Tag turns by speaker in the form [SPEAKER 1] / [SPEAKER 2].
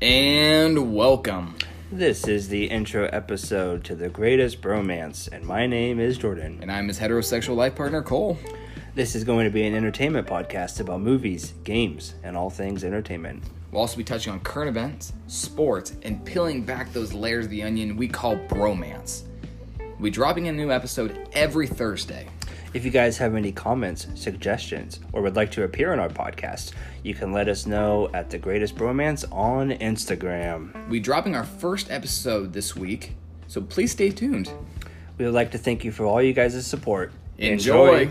[SPEAKER 1] And welcome.
[SPEAKER 2] This is the intro episode to The Greatest Bromance, and my name is Jordan.
[SPEAKER 1] And I'm his heterosexual life partner, Cole.
[SPEAKER 2] This is going to be an entertainment podcast about movies, games, and all things entertainment.
[SPEAKER 1] We'll also be touching on current events, sports, and peeling back those layers of the onion we call bromance. We'll be dropping a new episode every Thursday.
[SPEAKER 2] If you guys have any comments, suggestions, or would like to appear on our podcast, you can let us know at The Greatest Bromance on Instagram.
[SPEAKER 1] We'll be dropping our first episode this week, so please stay tuned.
[SPEAKER 2] We would like to thank you for all you guys' support.
[SPEAKER 1] Enjoy.